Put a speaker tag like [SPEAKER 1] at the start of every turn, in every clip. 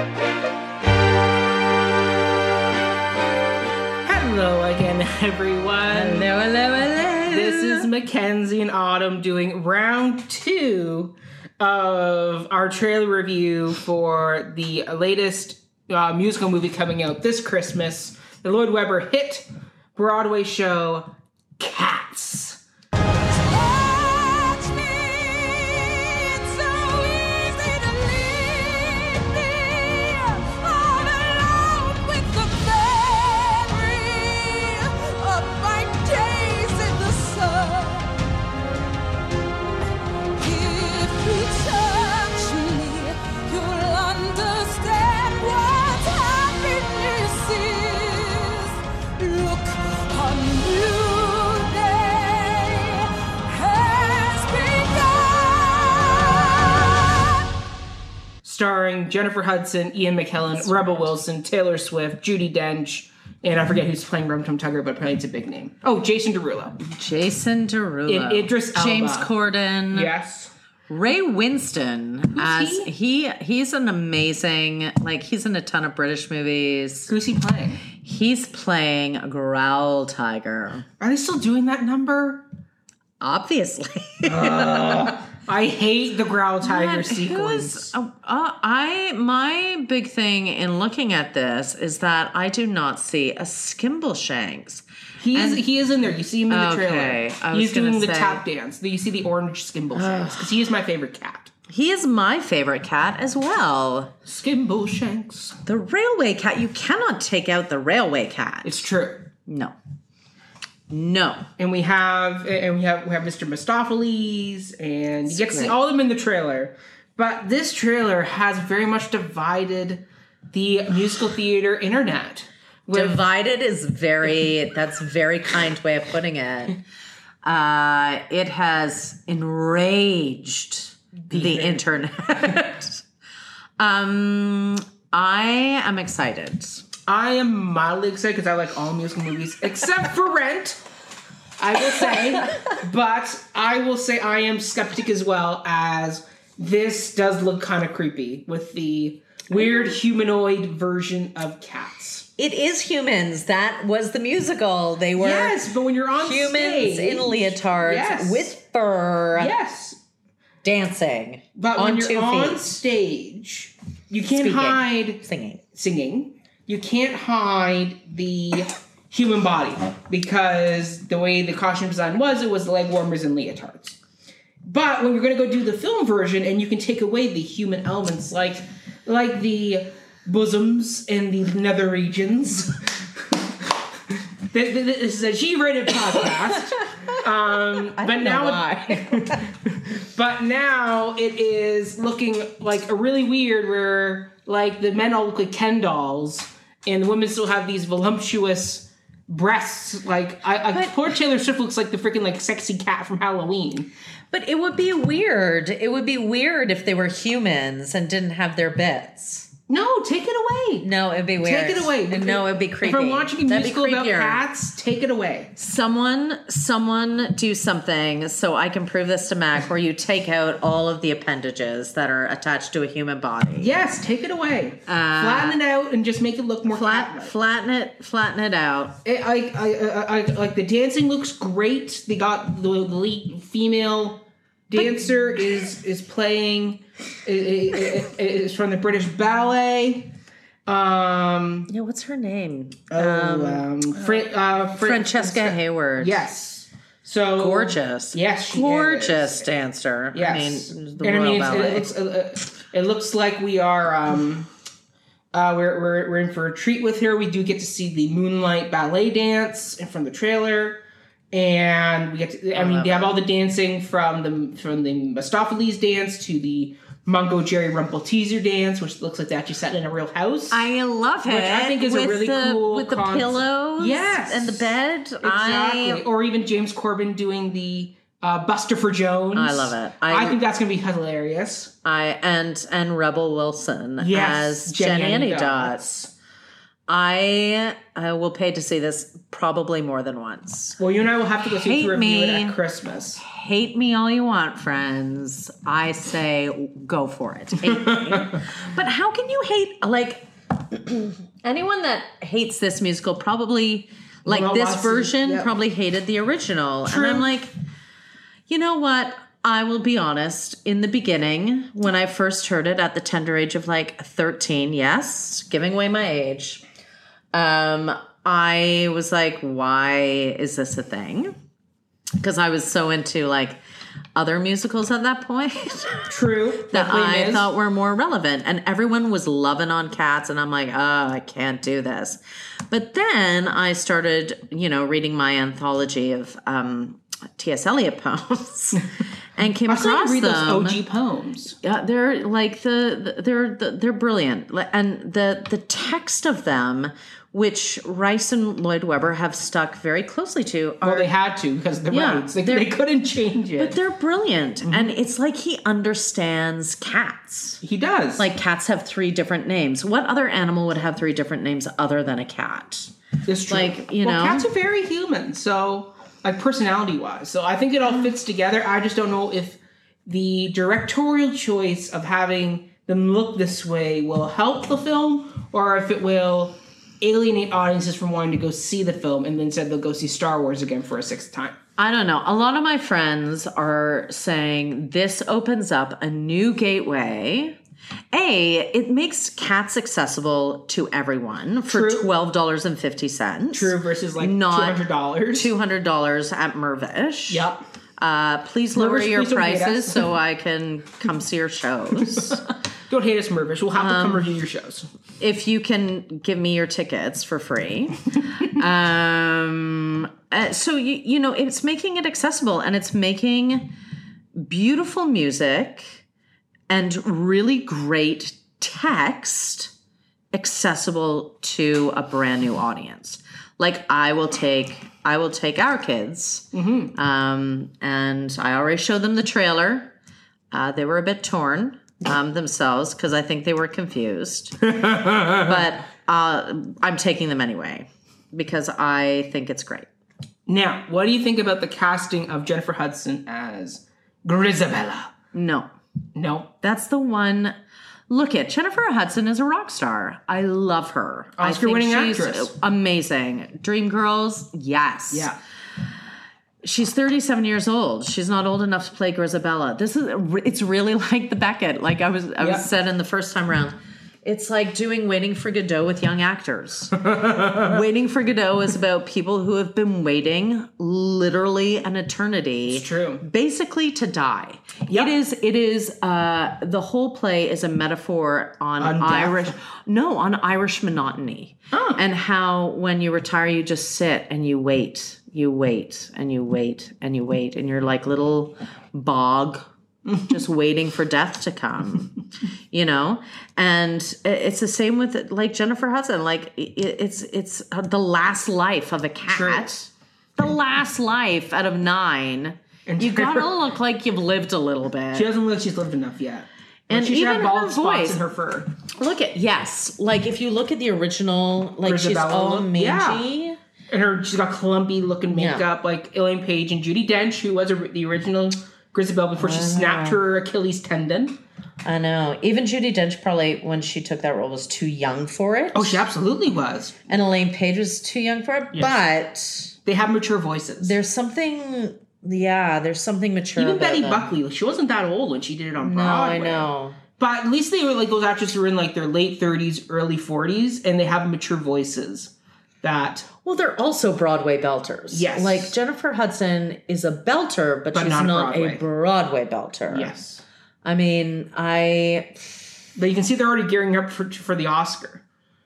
[SPEAKER 1] everyone.
[SPEAKER 2] Hello, hello, hello.
[SPEAKER 1] This is Mackenzie and Autumn doing round two of our trailer review for the latest uh, musical movie coming out this Christmas the Lloyd Webber hit Broadway show Cats.
[SPEAKER 3] Touch me, it's so easy to leave me all alone with the memory of my days in the sun. If you touch me, you'll understand what happiness is. Look on you day has begun.
[SPEAKER 1] starring Jennifer Hudson, Ian McKellen, Rebel Wilson, Taylor Swift, Judy Dench, and I forget who's playing Rum Tum Tugger, but apparently it's a big name. Oh, Jason Derulo.
[SPEAKER 2] Jason Derulo.
[SPEAKER 1] And Idris Elba.
[SPEAKER 2] James Corden.
[SPEAKER 1] Yes.
[SPEAKER 2] Ray Winston as he? he's an amazing like he's in a ton of British movies.
[SPEAKER 1] Who's he playing?
[SPEAKER 2] He's playing a growl tiger.
[SPEAKER 1] Are they still doing that number?
[SPEAKER 2] Obviously.
[SPEAKER 1] I hate the Growl Tiger
[SPEAKER 2] Who
[SPEAKER 1] sequence.
[SPEAKER 2] is- uh, uh, I my big thing in looking at this is that I do not see a Skimbleshanks.
[SPEAKER 1] He is he is in there. You see him in the
[SPEAKER 2] Okay, I
[SPEAKER 1] trailer.
[SPEAKER 2] was
[SPEAKER 1] He's doing
[SPEAKER 2] gonna
[SPEAKER 1] the
[SPEAKER 2] say-
[SPEAKER 1] tap dance. You see the orange skimble shanks because he is my favorite cat.
[SPEAKER 2] He is my favorite cat as well.
[SPEAKER 1] Skimble shanks.
[SPEAKER 2] The railway cat. You cannot take out the railway cat.
[SPEAKER 1] It's true.
[SPEAKER 2] no. No.
[SPEAKER 1] and we have and we have we have Mr. Mistopheles, and you get to see
[SPEAKER 2] great.
[SPEAKER 1] all of them in the trailer. But this trailer has very much divided the musical theater internet. With
[SPEAKER 2] Divided is very that's a very kind way of putting it. Uh, it has enraged the, internet. um, I am excited.
[SPEAKER 1] I am mildly excited because I like all musical movies except for Rent. I will say, but I will say I am skeptic as well as this does look kind of creepy with the weird humanoid version of cats.
[SPEAKER 2] It is humans. That was the musical. They were
[SPEAKER 1] Yes, but when you're on
[SPEAKER 2] humans
[SPEAKER 1] stage,
[SPEAKER 2] in leotards
[SPEAKER 1] Yes.
[SPEAKER 2] with fur
[SPEAKER 1] Yes,
[SPEAKER 2] dancing
[SPEAKER 1] But
[SPEAKER 2] on
[SPEAKER 1] when you're
[SPEAKER 2] two
[SPEAKER 1] on
[SPEAKER 2] feet,
[SPEAKER 1] stage, you can't
[SPEAKER 2] Speaking.
[SPEAKER 1] hide
[SPEAKER 2] singing.
[SPEAKER 1] singing. You can't hide the human body because the way the costume design was, it was leg warmers and leotards. But when you're going to go do the film version, and you can take away the human elements, like like the bosoms and the nether regions. Th- th- this is a G-rated podcast, um, but now it- but now it is looking like a really weird where like the men all look like Ken dolls and the women still have these voluptuous breasts. Like I, I poor Taylor Swift looks like the freaking like sexy cat from Halloween.
[SPEAKER 2] But it would be weird. It would be weird if they were humans and didn't have their bits.
[SPEAKER 1] No, take it away.
[SPEAKER 2] No, it'd be weird.
[SPEAKER 1] Take it away.
[SPEAKER 2] No, it'd be creepy.
[SPEAKER 1] If I'm watching a
[SPEAKER 2] That'd be
[SPEAKER 1] musical about
[SPEAKER 2] creepier.
[SPEAKER 1] cats, take it away.
[SPEAKER 2] someone, someone, do something so I can prove this to Mac. Where you take out all of the appendages that are attached to a human body.
[SPEAKER 1] Yes, take it away. Flatten it out and just make it look more
[SPEAKER 2] Uh, Flat,
[SPEAKER 1] cat-like.
[SPEAKER 2] flatten it, flatten it out.
[SPEAKER 1] It, I, I, I, I, like the dancing looks great. They got the lead female dancer is is playing i- i- i- is from the British Ballet. Um,
[SPEAKER 2] Yeah, what's her name?
[SPEAKER 1] oh, um, Fran- uh, Fran-
[SPEAKER 2] Francesca Hayward.
[SPEAKER 1] Yes. So
[SPEAKER 2] gorgeous.
[SPEAKER 1] Yes, she
[SPEAKER 2] gorgeous
[SPEAKER 1] is.
[SPEAKER 2] dancer.
[SPEAKER 1] Yes.
[SPEAKER 2] I mean, the
[SPEAKER 1] and
[SPEAKER 2] Royal
[SPEAKER 1] I mean, it's-
[SPEAKER 2] Ballet.
[SPEAKER 1] it looks uh, uh, it looks like we are um, uh, we're, we're we're in for a treat with her. We do get to see the Moonlight Ballet dance from the trailer, and we get to, I, mean they have all the dancing from the from the Mistopheles dance to the Mungo Jerry Rumple teaser dance, which looks like they actually set in a real house.
[SPEAKER 2] I love it.
[SPEAKER 1] I think is a
[SPEAKER 2] with
[SPEAKER 1] really
[SPEAKER 2] the,
[SPEAKER 1] cool
[SPEAKER 2] with the
[SPEAKER 1] concept.
[SPEAKER 2] pillows,
[SPEAKER 1] Yes.
[SPEAKER 2] and the bed.
[SPEAKER 1] Exactly.
[SPEAKER 2] I
[SPEAKER 1] or even James Corbin doing the uh, Buster for Jones.
[SPEAKER 2] I love it.
[SPEAKER 1] I,
[SPEAKER 2] I-
[SPEAKER 1] think that's going to be hilarious.
[SPEAKER 2] I and and Rebel Wilson
[SPEAKER 1] Yes,
[SPEAKER 2] as Jenny,
[SPEAKER 1] Jenny
[SPEAKER 2] Annie
[SPEAKER 1] Dots.
[SPEAKER 2] Dots. I I will pay to see this probably more than once.
[SPEAKER 1] Well, you and I will have to go see it
[SPEAKER 2] Hate
[SPEAKER 1] to review it
[SPEAKER 2] me.
[SPEAKER 1] at Christmas.
[SPEAKER 2] Hate me all you want, friends. I say go for it. Hate me. but how can you hate like anyone that hates this musical probably Like
[SPEAKER 1] Emma
[SPEAKER 2] this
[SPEAKER 1] Watson,
[SPEAKER 2] version
[SPEAKER 1] yep.
[SPEAKER 2] probably hated the original.
[SPEAKER 1] True.
[SPEAKER 2] And I'm like, you know what? I will be honest. In the beginning, when I first heard it at the tender age of like 13, yes, giving away my age, um, I was like, why is this a thing? Because I was so into like other musicals at that point.
[SPEAKER 1] True.
[SPEAKER 2] that
[SPEAKER 1] Like Les
[SPEAKER 2] I
[SPEAKER 1] Mis.
[SPEAKER 2] thought were more relevant. And everyone was loving on cats, and I'm like, oh, I can't do this. But then I started, you know, reading my anthology of um, T.S. Eliot poems and came
[SPEAKER 1] I still
[SPEAKER 2] across
[SPEAKER 1] read
[SPEAKER 2] them.
[SPEAKER 1] those OG poems.
[SPEAKER 2] Yeah, they're like the, the they're the, they're brilliant, Like, and the the text of them, which Rice and Lloyd Webber have stuck very closely to, are
[SPEAKER 1] Well, they had to because the
[SPEAKER 2] Yeah,
[SPEAKER 1] rights. They,
[SPEAKER 2] they're-
[SPEAKER 1] they couldn't change
[SPEAKER 2] but
[SPEAKER 1] it.
[SPEAKER 2] they're brilliant, and it's like he understands cats.
[SPEAKER 1] He does.
[SPEAKER 2] Like cats have three different names. What other animal would have three different names other than a cat?
[SPEAKER 1] It's true.
[SPEAKER 2] Like, you
[SPEAKER 1] well,
[SPEAKER 2] know?
[SPEAKER 1] cats are very human. So, like personality wise, so I think it all fits together. I just don't know if the directorial choice of having them look this way will help the film, or if it will alienate audiences from wanting to go see the film, and then said they'll go see Star Wars again for a sixth time.
[SPEAKER 2] I don't know. A lot of my friends are saying this opens up a new gateway. A, it makes cats accessible to everyone for
[SPEAKER 1] True.
[SPEAKER 2] $12.50.
[SPEAKER 1] True versus like two
[SPEAKER 2] Not
[SPEAKER 1] hundred dollars.
[SPEAKER 2] $200 at Mervish.
[SPEAKER 1] Yep.
[SPEAKER 2] Uh, please lower
[SPEAKER 1] Mervish,
[SPEAKER 2] your
[SPEAKER 1] please don't hate
[SPEAKER 2] prices
[SPEAKER 1] us.
[SPEAKER 2] so I can come see your shows.
[SPEAKER 1] Don't hate us, Mervish. We'll have to
[SPEAKER 2] Um.
[SPEAKER 1] come review your shows.
[SPEAKER 2] if you can give me your tickets for free. um, uh, so you you know it's making it accessible and it's making beautiful music and really great text accessible to a brand new audience. Like I will take I will take our kids, um, and I already showed them the trailer. Uh, they were a bit torn um, themselves because I think they were confused, but uh, I'm taking them anyway because I think it's great.
[SPEAKER 1] Now, what do you think about the casting of Jennifer Hudson as Grisabella?
[SPEAKER 2] No,
[SPEAKER 1] No,
[SPEAKER 2] that's the one. Look at Jennifer Hudson is a rock star. I love her. I think
[SPEAKER 1] Oscar-winning
[SPEAKER 2] she's
[SPEAKER 1] actress.
[SPEAKER 2] Amazing. Dream Girls, yes.
[SPEAKER 1] yeah.
[SPEAKER 2] She's 37 years old. She's not old enough to play Grisabella. This is it's really like the Beckett, like I was I
[SPEAKER 1] Yeah.
[SPEAKER 2] was said in the first time round. It's like doing Waiting for Godot with young actors. waiting for Godot is about people who have been waiting literally an eternity.
[SPEAKER 1] It's true.
[SPEAKER 2] Basically to die.
[SPEAKER 1] Yeah.
[SPEAKER 2] It is it is uh the whole play is a metaphor on
[SPEAKER 1] On death? Oh.
[SPEAKER 2] Irish no, on Irish monotony. And how when you retire, you just sit and you wait, you wait, and you wait, and you wait, and you're like little bog, just waiting for death to come, you know? And i- it's the same with like Jennifer Hudson. Like i- i- it's, it's uh, the last life of a cat, the last life out of nine.
[SPEAKER 1] And
[SPEAKER 2] You gotta
[SPEAKER 1] Jennifer-
[SPEAKER 2] look like you've lived a little bit.
[SPEAKER 1] She doesn't look. She's lived enough yet. But
[SPEAKER 2] And
[SPEAKER 1] she should have
[SPEAKER 2] even her
[SPEAKER 1] bald spots
[SPEAKER 2] voice-
[SPEAKER 1] in her fur.
[SPEAKER 2] Look at yes, like if you look at the original, like she's
[SPEAKER 1] Grisabella
[SPEAKER 2] all
[SPEAKER 1] look?
[SPEAKER 2] mangy.
[SPEAKER 1] Yeah. And her, she's got clumpy looking
[SPEAKER 2] Yeah.
[SPEAKER 1] makeup, like Elaine Page and Judy Dench, who was a, the original Grisabelle before she snapped her Achilles tendon.
[SPEAKER 2] I know. Even Judy Dench probably when she took that role was too young for it,
[SPEAKER 1] Oh, she absolutely was.
[SPEAKER 2] and Elaine Page was too young for it.
[SPEAKER 1] They have mature voices.
[SPEAKER 2] But there's something, yeah, there's something mature.
[SPEAKER 1] Even
[SPEAKER 2] about
[SPEAKER 1] Betty
[SPEAKER 2] them.
[SPEAKER 1] Buckley, she wasn't that old when she did it on
[SPEAKER 2] No,
[SPEAKER 1] Broadway.
[SPEAKER 2] I know.
[SPEAKER 1] But at least they were like those actors who were in like their late 30s, early 40s, and they have mature voices. That
[SPEAKER 2] Well, they're also Broadway belters.
[SPEAKER 1] Yes.
[SPEAKER 2] like Jennifer Hudson is a belter, but,
[SPEAKER 1] But
[SPEAKER 2] she's
[SPEAKER 1] not
[SPEAKER 2] not,
[SPEAKER 1] a
[SPEAKER 2] a Broadway belter.
[SPEAKER 1] yes,
[SPEAKER 2] I mean, I
[SPEAKER 1] but you can see they're already gearing up for for the Oscar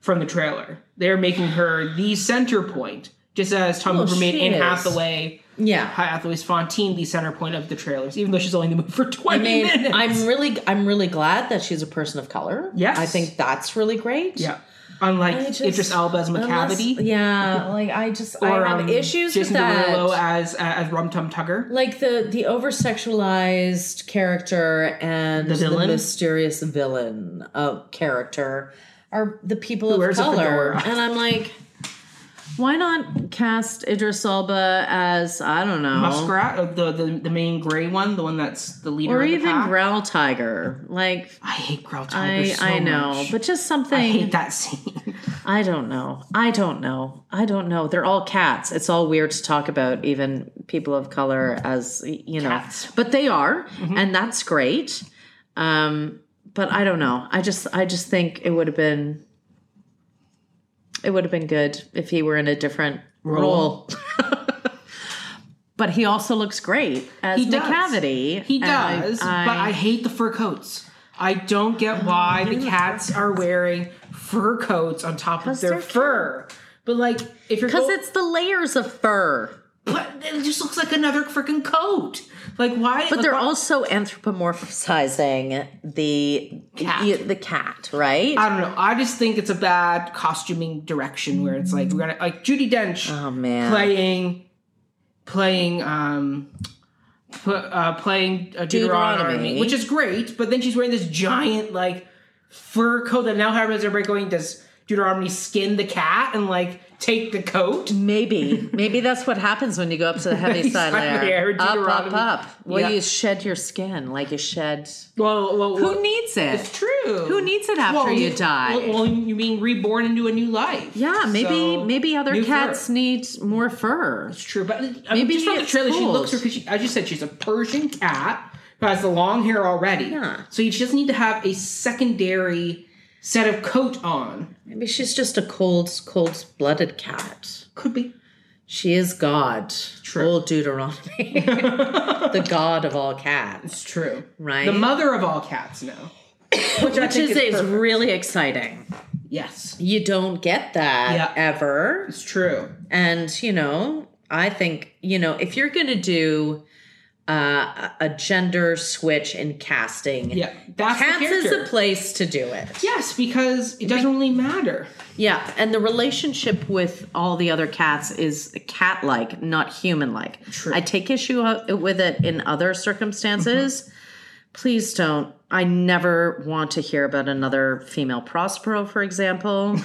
[SPEAKER 1] from the trailer. They're making her the center point, just as Tom
[SPEAKER 2] Well,
[SPEAKER 1] Hooper made
[SPEAKER 2] she
[SPEAKER 1] Anne
[SPEAKER 2] is.
[SPEAKER 1] Hathaway,
[SPEAKER 2] yeah.
[SPEAKER 1] Hathaway's Fontaine the center point of the trailers, even though she's only in the movie for
[SPEAKER 2] I
[SPEAKER 1] twenty
[SPEAKER 2] mean,
[SPEAKER 1] minutes.
[SPEAKER 2] I'm really, I'm really glad that she's a person of color.
[SPEAKER 1] Yes.
[SPEAKER 2] I think that's really great.
[SPEAKER 1] yeah, unlike
[SPEAKER 2] I just-
[SPEAKER 1] Idris Elba's
[SPEAKER 2] Unless-
[SPEAKER 1] Macavity
[SPEAKER 2] yeah, like I just,
[SPEAKER 1] or
[SPEAKER 2] I have
[SPEAKER 1] um,
[SPEAKER 2] issues
[SPEAKER 1] Jason
[SPEAKER 2] with that.
[SPEAKER 1] Derulo as as Rum Tum Tugger.
[SPEAKER 2] like the the over sexualized character and
[SPEAKER 1] The
[SPEAKER 2] the,
[SPEAKER 1] villain?
[SPEAKER 2] mysterious villain of character are the people of
[SPEAKER 1] wears a
[SPEAKER 2] color,
[SPEAKER 1] fedora.
[SPEAKER 2] and I'm like. Why not cast Idris Elba as I don't know,
[SPEAKER 1] Muskrat, uh, the, the the main gray one, the one that's the leader,
[SPEAKER 2] or
[SPEAKER 1] of the
[SPEAKER 2] even
[SPEAKER 1] pack.
[SPEAKER 2] Growl Tiger? Like
[SPEAKER 1] I hate Growl Tiger
[SPEAKER 2] I,
[SPEAKER 1] so
[SPEAKER 2] I know,
[SPEAKER 1] much.
[SPEAKER 2] but just
[SPEAKER 1] I
[SPEAKER 2] something.
[SPEAKER 1] hate that scene.
[SPEAKER 2] I don't know. I don't know. I don't know. They're all cats. It's all weird to talk about even people of color as you know, but they are,
[SPEAKER 1] Mm-hmm.
[SPEAKER 2] and that's great. Um, but I don't know. I just I just think it would have been it would have been good if he were in a different role.
[SPEAKER 1] Role.
[SPEAKER 2] but he also looks great as
[SPEAKER 1] He does.
[SPEAKER 2] McCavity.
[SPEAKER 1] He
[SPEAKER 2] and I- uh, Oh,
[SPEAKER 1] does, but I hate the fur coats. I don't get why the cats are wearing fur coats on top of
[SPEAKER 2] they're
[SPEAKER 1] their
[SPEAKER 2] cute.
[SPEAKER 1] fur. But like, if you're
[SPEAKER 2] because
[SPEAKER 1] go-
[SPEAKER 2] it's the layers of fur.
[SPEAKER 1] but it just looks like another freaking coat. Like why?
[SPEAKER 2] But they're
[SPEAKER 1] like,
[SPEAKER 2] also anthropomorphizing the
[SPEAKER 1] Cat.
[SPEAKER 2] y- the cat, right?
[SPEAKER 1] I don't know. I just think it's a bad costuming direction where it's like we're gonna like Judy Dench
[SPEAKER 2] oh man,
[SPEAKER 1] playing, playing, um, pl- uh, playing uh, Deuteronomy,
[SPEAKER 2] Deuteronomy.
[SPEAKER 1] which is great. But then she's wearing this giant like fur coat that now happens everybody going does Deuteronomy skin the cat and like take the coat.
[SPEAKER 2] maybe maybe that's what happens when you go up to the heavy
[SPEAKER 1] Side
[SPEAKER 2] side layer,
[SPEAKER 1] layer,
[SPEAKER 2] up, up,
[SPEAKER 1] Deuteronomy.
[SPEAKER 2] up. Well,
[SPEAKER 1] Yeah.
[SPEAKER 2] you shed your skin, like you shed.
[SPEAKER 1] Well, well, well
[SPEAKER 2] Who needs
[SPEAKER 1] It's
[SPEAKER 2] it?
[SPEAKER 1] true.
[SPEAKER 2] Who needs it after you die?
[SPEAKER 1] Well, well, you mean reborn into a new life.
[SPEAKER 2] Yeah, maybe
[SPEAKER 1] So,
[SPEAKER 2] maybe other
[SPEAKER 1] new
[SPEAKER 2] cats
[SPEAKER 1] fur.
[SPEAKER 2] need more fur.
[SPEAKER 1] It's true, but I mean,
[SPEAKER 2] Maybe
[SPEAKER 1] just from the
[SPEAKER 2] it's
[SPEAKER 1] trailer, she
[SPEAKER 2] cold.
[SPEAKER 1] looks. Her, she, as you said, she's a Persian cat who has the long hair already.
[SPEAKER 2] Yeah.
[SPEAKER 1] So you just need to have a secondary set of coat on.
[SPEAKER 2] Maybe she's just a cold, cold-blooded cat.
[SPEAKER 1] Could be.
[SPEAKER 2] She is God.
[SPEAKER 1] True.
[SPEAKER 2] Old Deuteronomy, the God of all cats.
[SPEAKER 1] It's true.
[SPEAKER 2] Right.
[SPEAKER 1] The mother of all cats now. Which, I
[SPEAKER 2] Which
[SPEAKER 1] think
[SPEAKER 2] is,
[SPEAKER 1] is,
[SPEAKER 2] is
[SPEAKER 1] perfect.
[SPEAKER 2] really exciting.
[SPEAKER 1] yes.
[SPEAKER 2] You don't get that
[SPEAKER 1] Yeah.
[SPEAKER 2] ever.
[SPEAKER 1] It's true.
[SPEAKER 2] And, you know, I think, you know, if you're going to do uh, a- a gender switch in casting,
[SPEAKER 1] Yeah. That's
[SPEAKER 2] cats
[SPEAKER 1] the
[SPEAKER 2] is
[SPEAKER 1] character.
[SPEAKER 2] the place to do it.
[SPEAKER 1] yes, because it doesn't really matter.
[SPEAKER 2] Yeah. And the relationship with all the other cats is cat like, not human like.
[SPEAKER 1] True.
[SPEAKER 2] I take issue o- with it in other circumstances. Please don't. I never want to hear about another female Prospero, for example.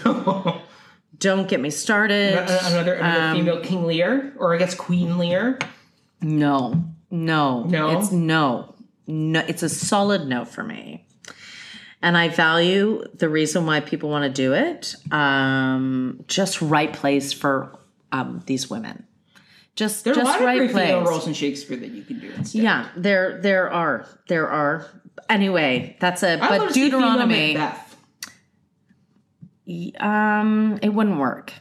[SPEAKER 2] Don't get me started.
[SPEAKER 1] another another
[SPEAKER 2] Um,
[SPEAKER 1] female King Lear, or I guess Queen Lear.
[SPEAKER 2] No, no,
[SPEAKER 1] No?
[SPEAKER 2] It's no, no. It's a solid no for me. And I value the reason why people want to do it. Um, just right place for um, these women. Just,
[SPEAKER 1] There are a
[SPEAKER 2] just
[SPEAKER 1] lot of
[SPEAKER 2] right
[SPEAKER 1] great female
[SPEAKER 2] place.
[SPEAKER 1] roles in Shakespeare that you can do instead.
[SPEAKER 2] Yeah, there, there are, there are. Anyway, that's it.
[SPEAKER 1] I
[SPEAKER 2] But
[SPEAKER 1] love to see female
[SPEAKER 2] Deuteronomy,
[SPEAKER 1] Macbeth.
[SPEAKER 2] um, it wouldn't work.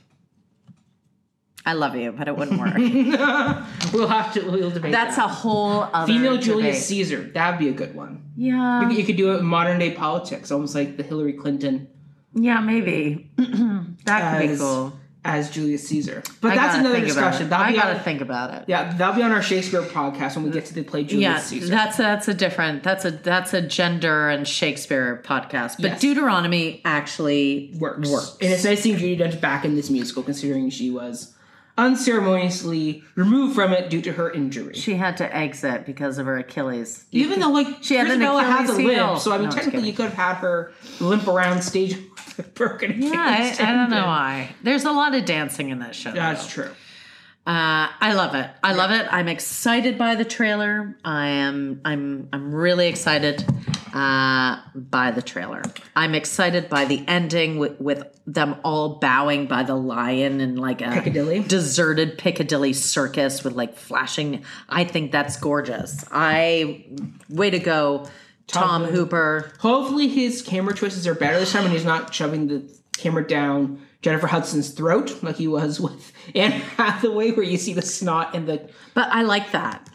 [SPEAKER 2] I love you, but it wouldn't work.
[SPEAKER 1] We'll have to we'll debate
[SPEAKER 2] that's
[SPEAKER 1] that.
[SPEAKER 2] a whole other
[SPEAKER 1] female Julius
[SPEAKER 2] debate.
[SPEAKER 1] Caesar. That'd be a good one.
[SPEAKER 2] Yeah,
[SPEAKER 1] You could do it in modern day politics, almost like the Hillary Clinton
[SPEAKER 2] Yeah, maybe that could be
[SPEAKER 1] As-
[SPEAKER 2] cool.
[SPEAKER 1] as Julius Caesar. But
[SPEAKER 2] I
[SPEAKER 1] that's
[SPEAKER 2] gotta
[SPEAKER 1] another
[SPEAKER 2] think about
[SPEAKER 1] discussion.
[SPEAKER 2] it.
[SPEAKER 1] That'll
[SPEAKER 2] I
[SPEAKER 1] be
[SPEAKER 2] gotta
[SPEAKER 1] on,
[SPEAKER 2] think about it.
[SPEAKER 1] Yeah, that'll be on our Shakespeare podcast when we get to the play Julius
[SPEAKER 2] Yeah,
[SPEAKER 1] Caesar.
[SPEAKER 2] that's that's a different that's a that's a gender and Shakespeare podcast. But
[SPEAKER 1] Yes.
[SPEAKER 2] Deuteronomy actually
[SPEAKER 1] works. And it's nice seeing Judy Dench back in this musical, considering she was unceremoniously removed from it due to her injury.
[SPEAKER 2] She had to exit because of her Achilles.
[SPEAKER 1] Even though like
[SPEAKER 2] She
[SPEAKER 1] she
[SPEAKER 2] had an
[SPEAKER 1] Isabella has a
[SPEAKER 2] Achilles heel.
[SPEAKER 1] limp, so I mean
[SPEAKER 2] No, I'm
[SPEAKER 1] technically
[SPEAKER 2] kidding.
[SPEAKER 1] you could have had her limp around stage with a broken.
[SPEAKER 2] Yeah, I, I don't know why. There's a lot of dancing in that show.
[SPEAKER 1] That's
[SPEAKER 2] though.
[SPEAKER 1] true.
[SPEAKER 2] Uh, I love it. I love it. I'm excited by the trailer. I am. I'm. I'm really excited uh, by the trailer. I'm excited by the ending with, with them all bowing by the lion in like a
[SPEAKER 1] Piccadilly.
[SPEAKER 2] deserted Piccadilly circus with like flashing. I think that's gorgeous. I way to go, Tom,
[SPEAKER 1] Hooper.
[SPEAKER 2] Hooper.
[SPEAKER 1] Hopefully his camera choices are better this time, and he's not shoving the camera down Jennifer Hudson's throat like he was with Anne Hathaway, where you see the snot and the.
[SPEAKER 2] But I like that.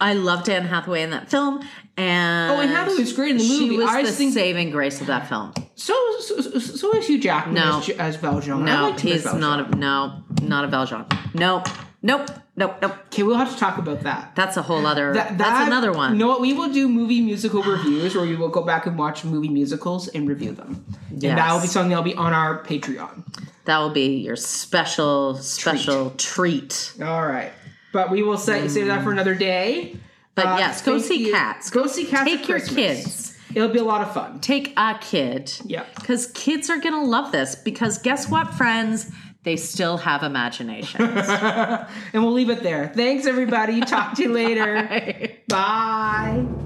[SPEAKER 2] I loved Anne Hathaway in that film. And
[SPEAKER 1] Oh, Anne Hathaway's great in the movie.
[SPEAKER 2] She was
[SPEAKER 1] I
[SPEAKER 2] the
[SPEAKER 1] just think
[SPEAKER 2] saving grace of that film.
[SPEAKER 1] so. So, so, so is Hugh Jackman
[SPEAKER 2] No.
[SPEAKER 1] as, as Valjean. I
[SPEAKER 2] No,
[SPEAKER 1] liked him as
[SPEAKER 2] he's
[SPEAKER 1] Valjean.
[SPEAKER 2] not a no, not a Valjean. Nope, nope, nope, nope.
[SPEAKER 1] Okay, we'll have to talk about that.
[SPEAKER 2] That's a whole other.
[SPEAKER 1] That- that-
[SPEAKER 2] that's another one.
[SPEAKER 1] You know what? We will do movie musical reviews where we will go back and watch movie musicals and review them.
[SPEAKER 2] Yes.
[SPEAKER 1] And that will be something that'll be on our Patreon.
[SPEAKER 2] That will be your special, special treat.
[SPEAKER 1] All right. But we will set, save that for another day.
[SPEAKER 2] But
[SPEAKER 1] Uh,
[SPEAKER 2] yes, go
[SPEAKER 1] thank
[SPEAKER 2] see
[SPEAKER 1] you.
[SPEAKER 2] cats.
[SPEAKER 1] Go see cats.
[SPEAKER 2] Take
[SPEAKER 1] at
[SPEAKER 2] your
[SPEAKER 1] Christmas.
[SPEAKER 2] kids.
[SPEAKER 1] It'll be a lot of fun.
[SPEAKER 2] Take a kid.
[SPEAKER 1] Yeah.
[SPEAKER 2] Because kids are gonna love this. Because guess what, friends? They still have imagination.
[SPEAKER 1] And we'll leave it there. Thanks, everybody. Talk to you later. Bye.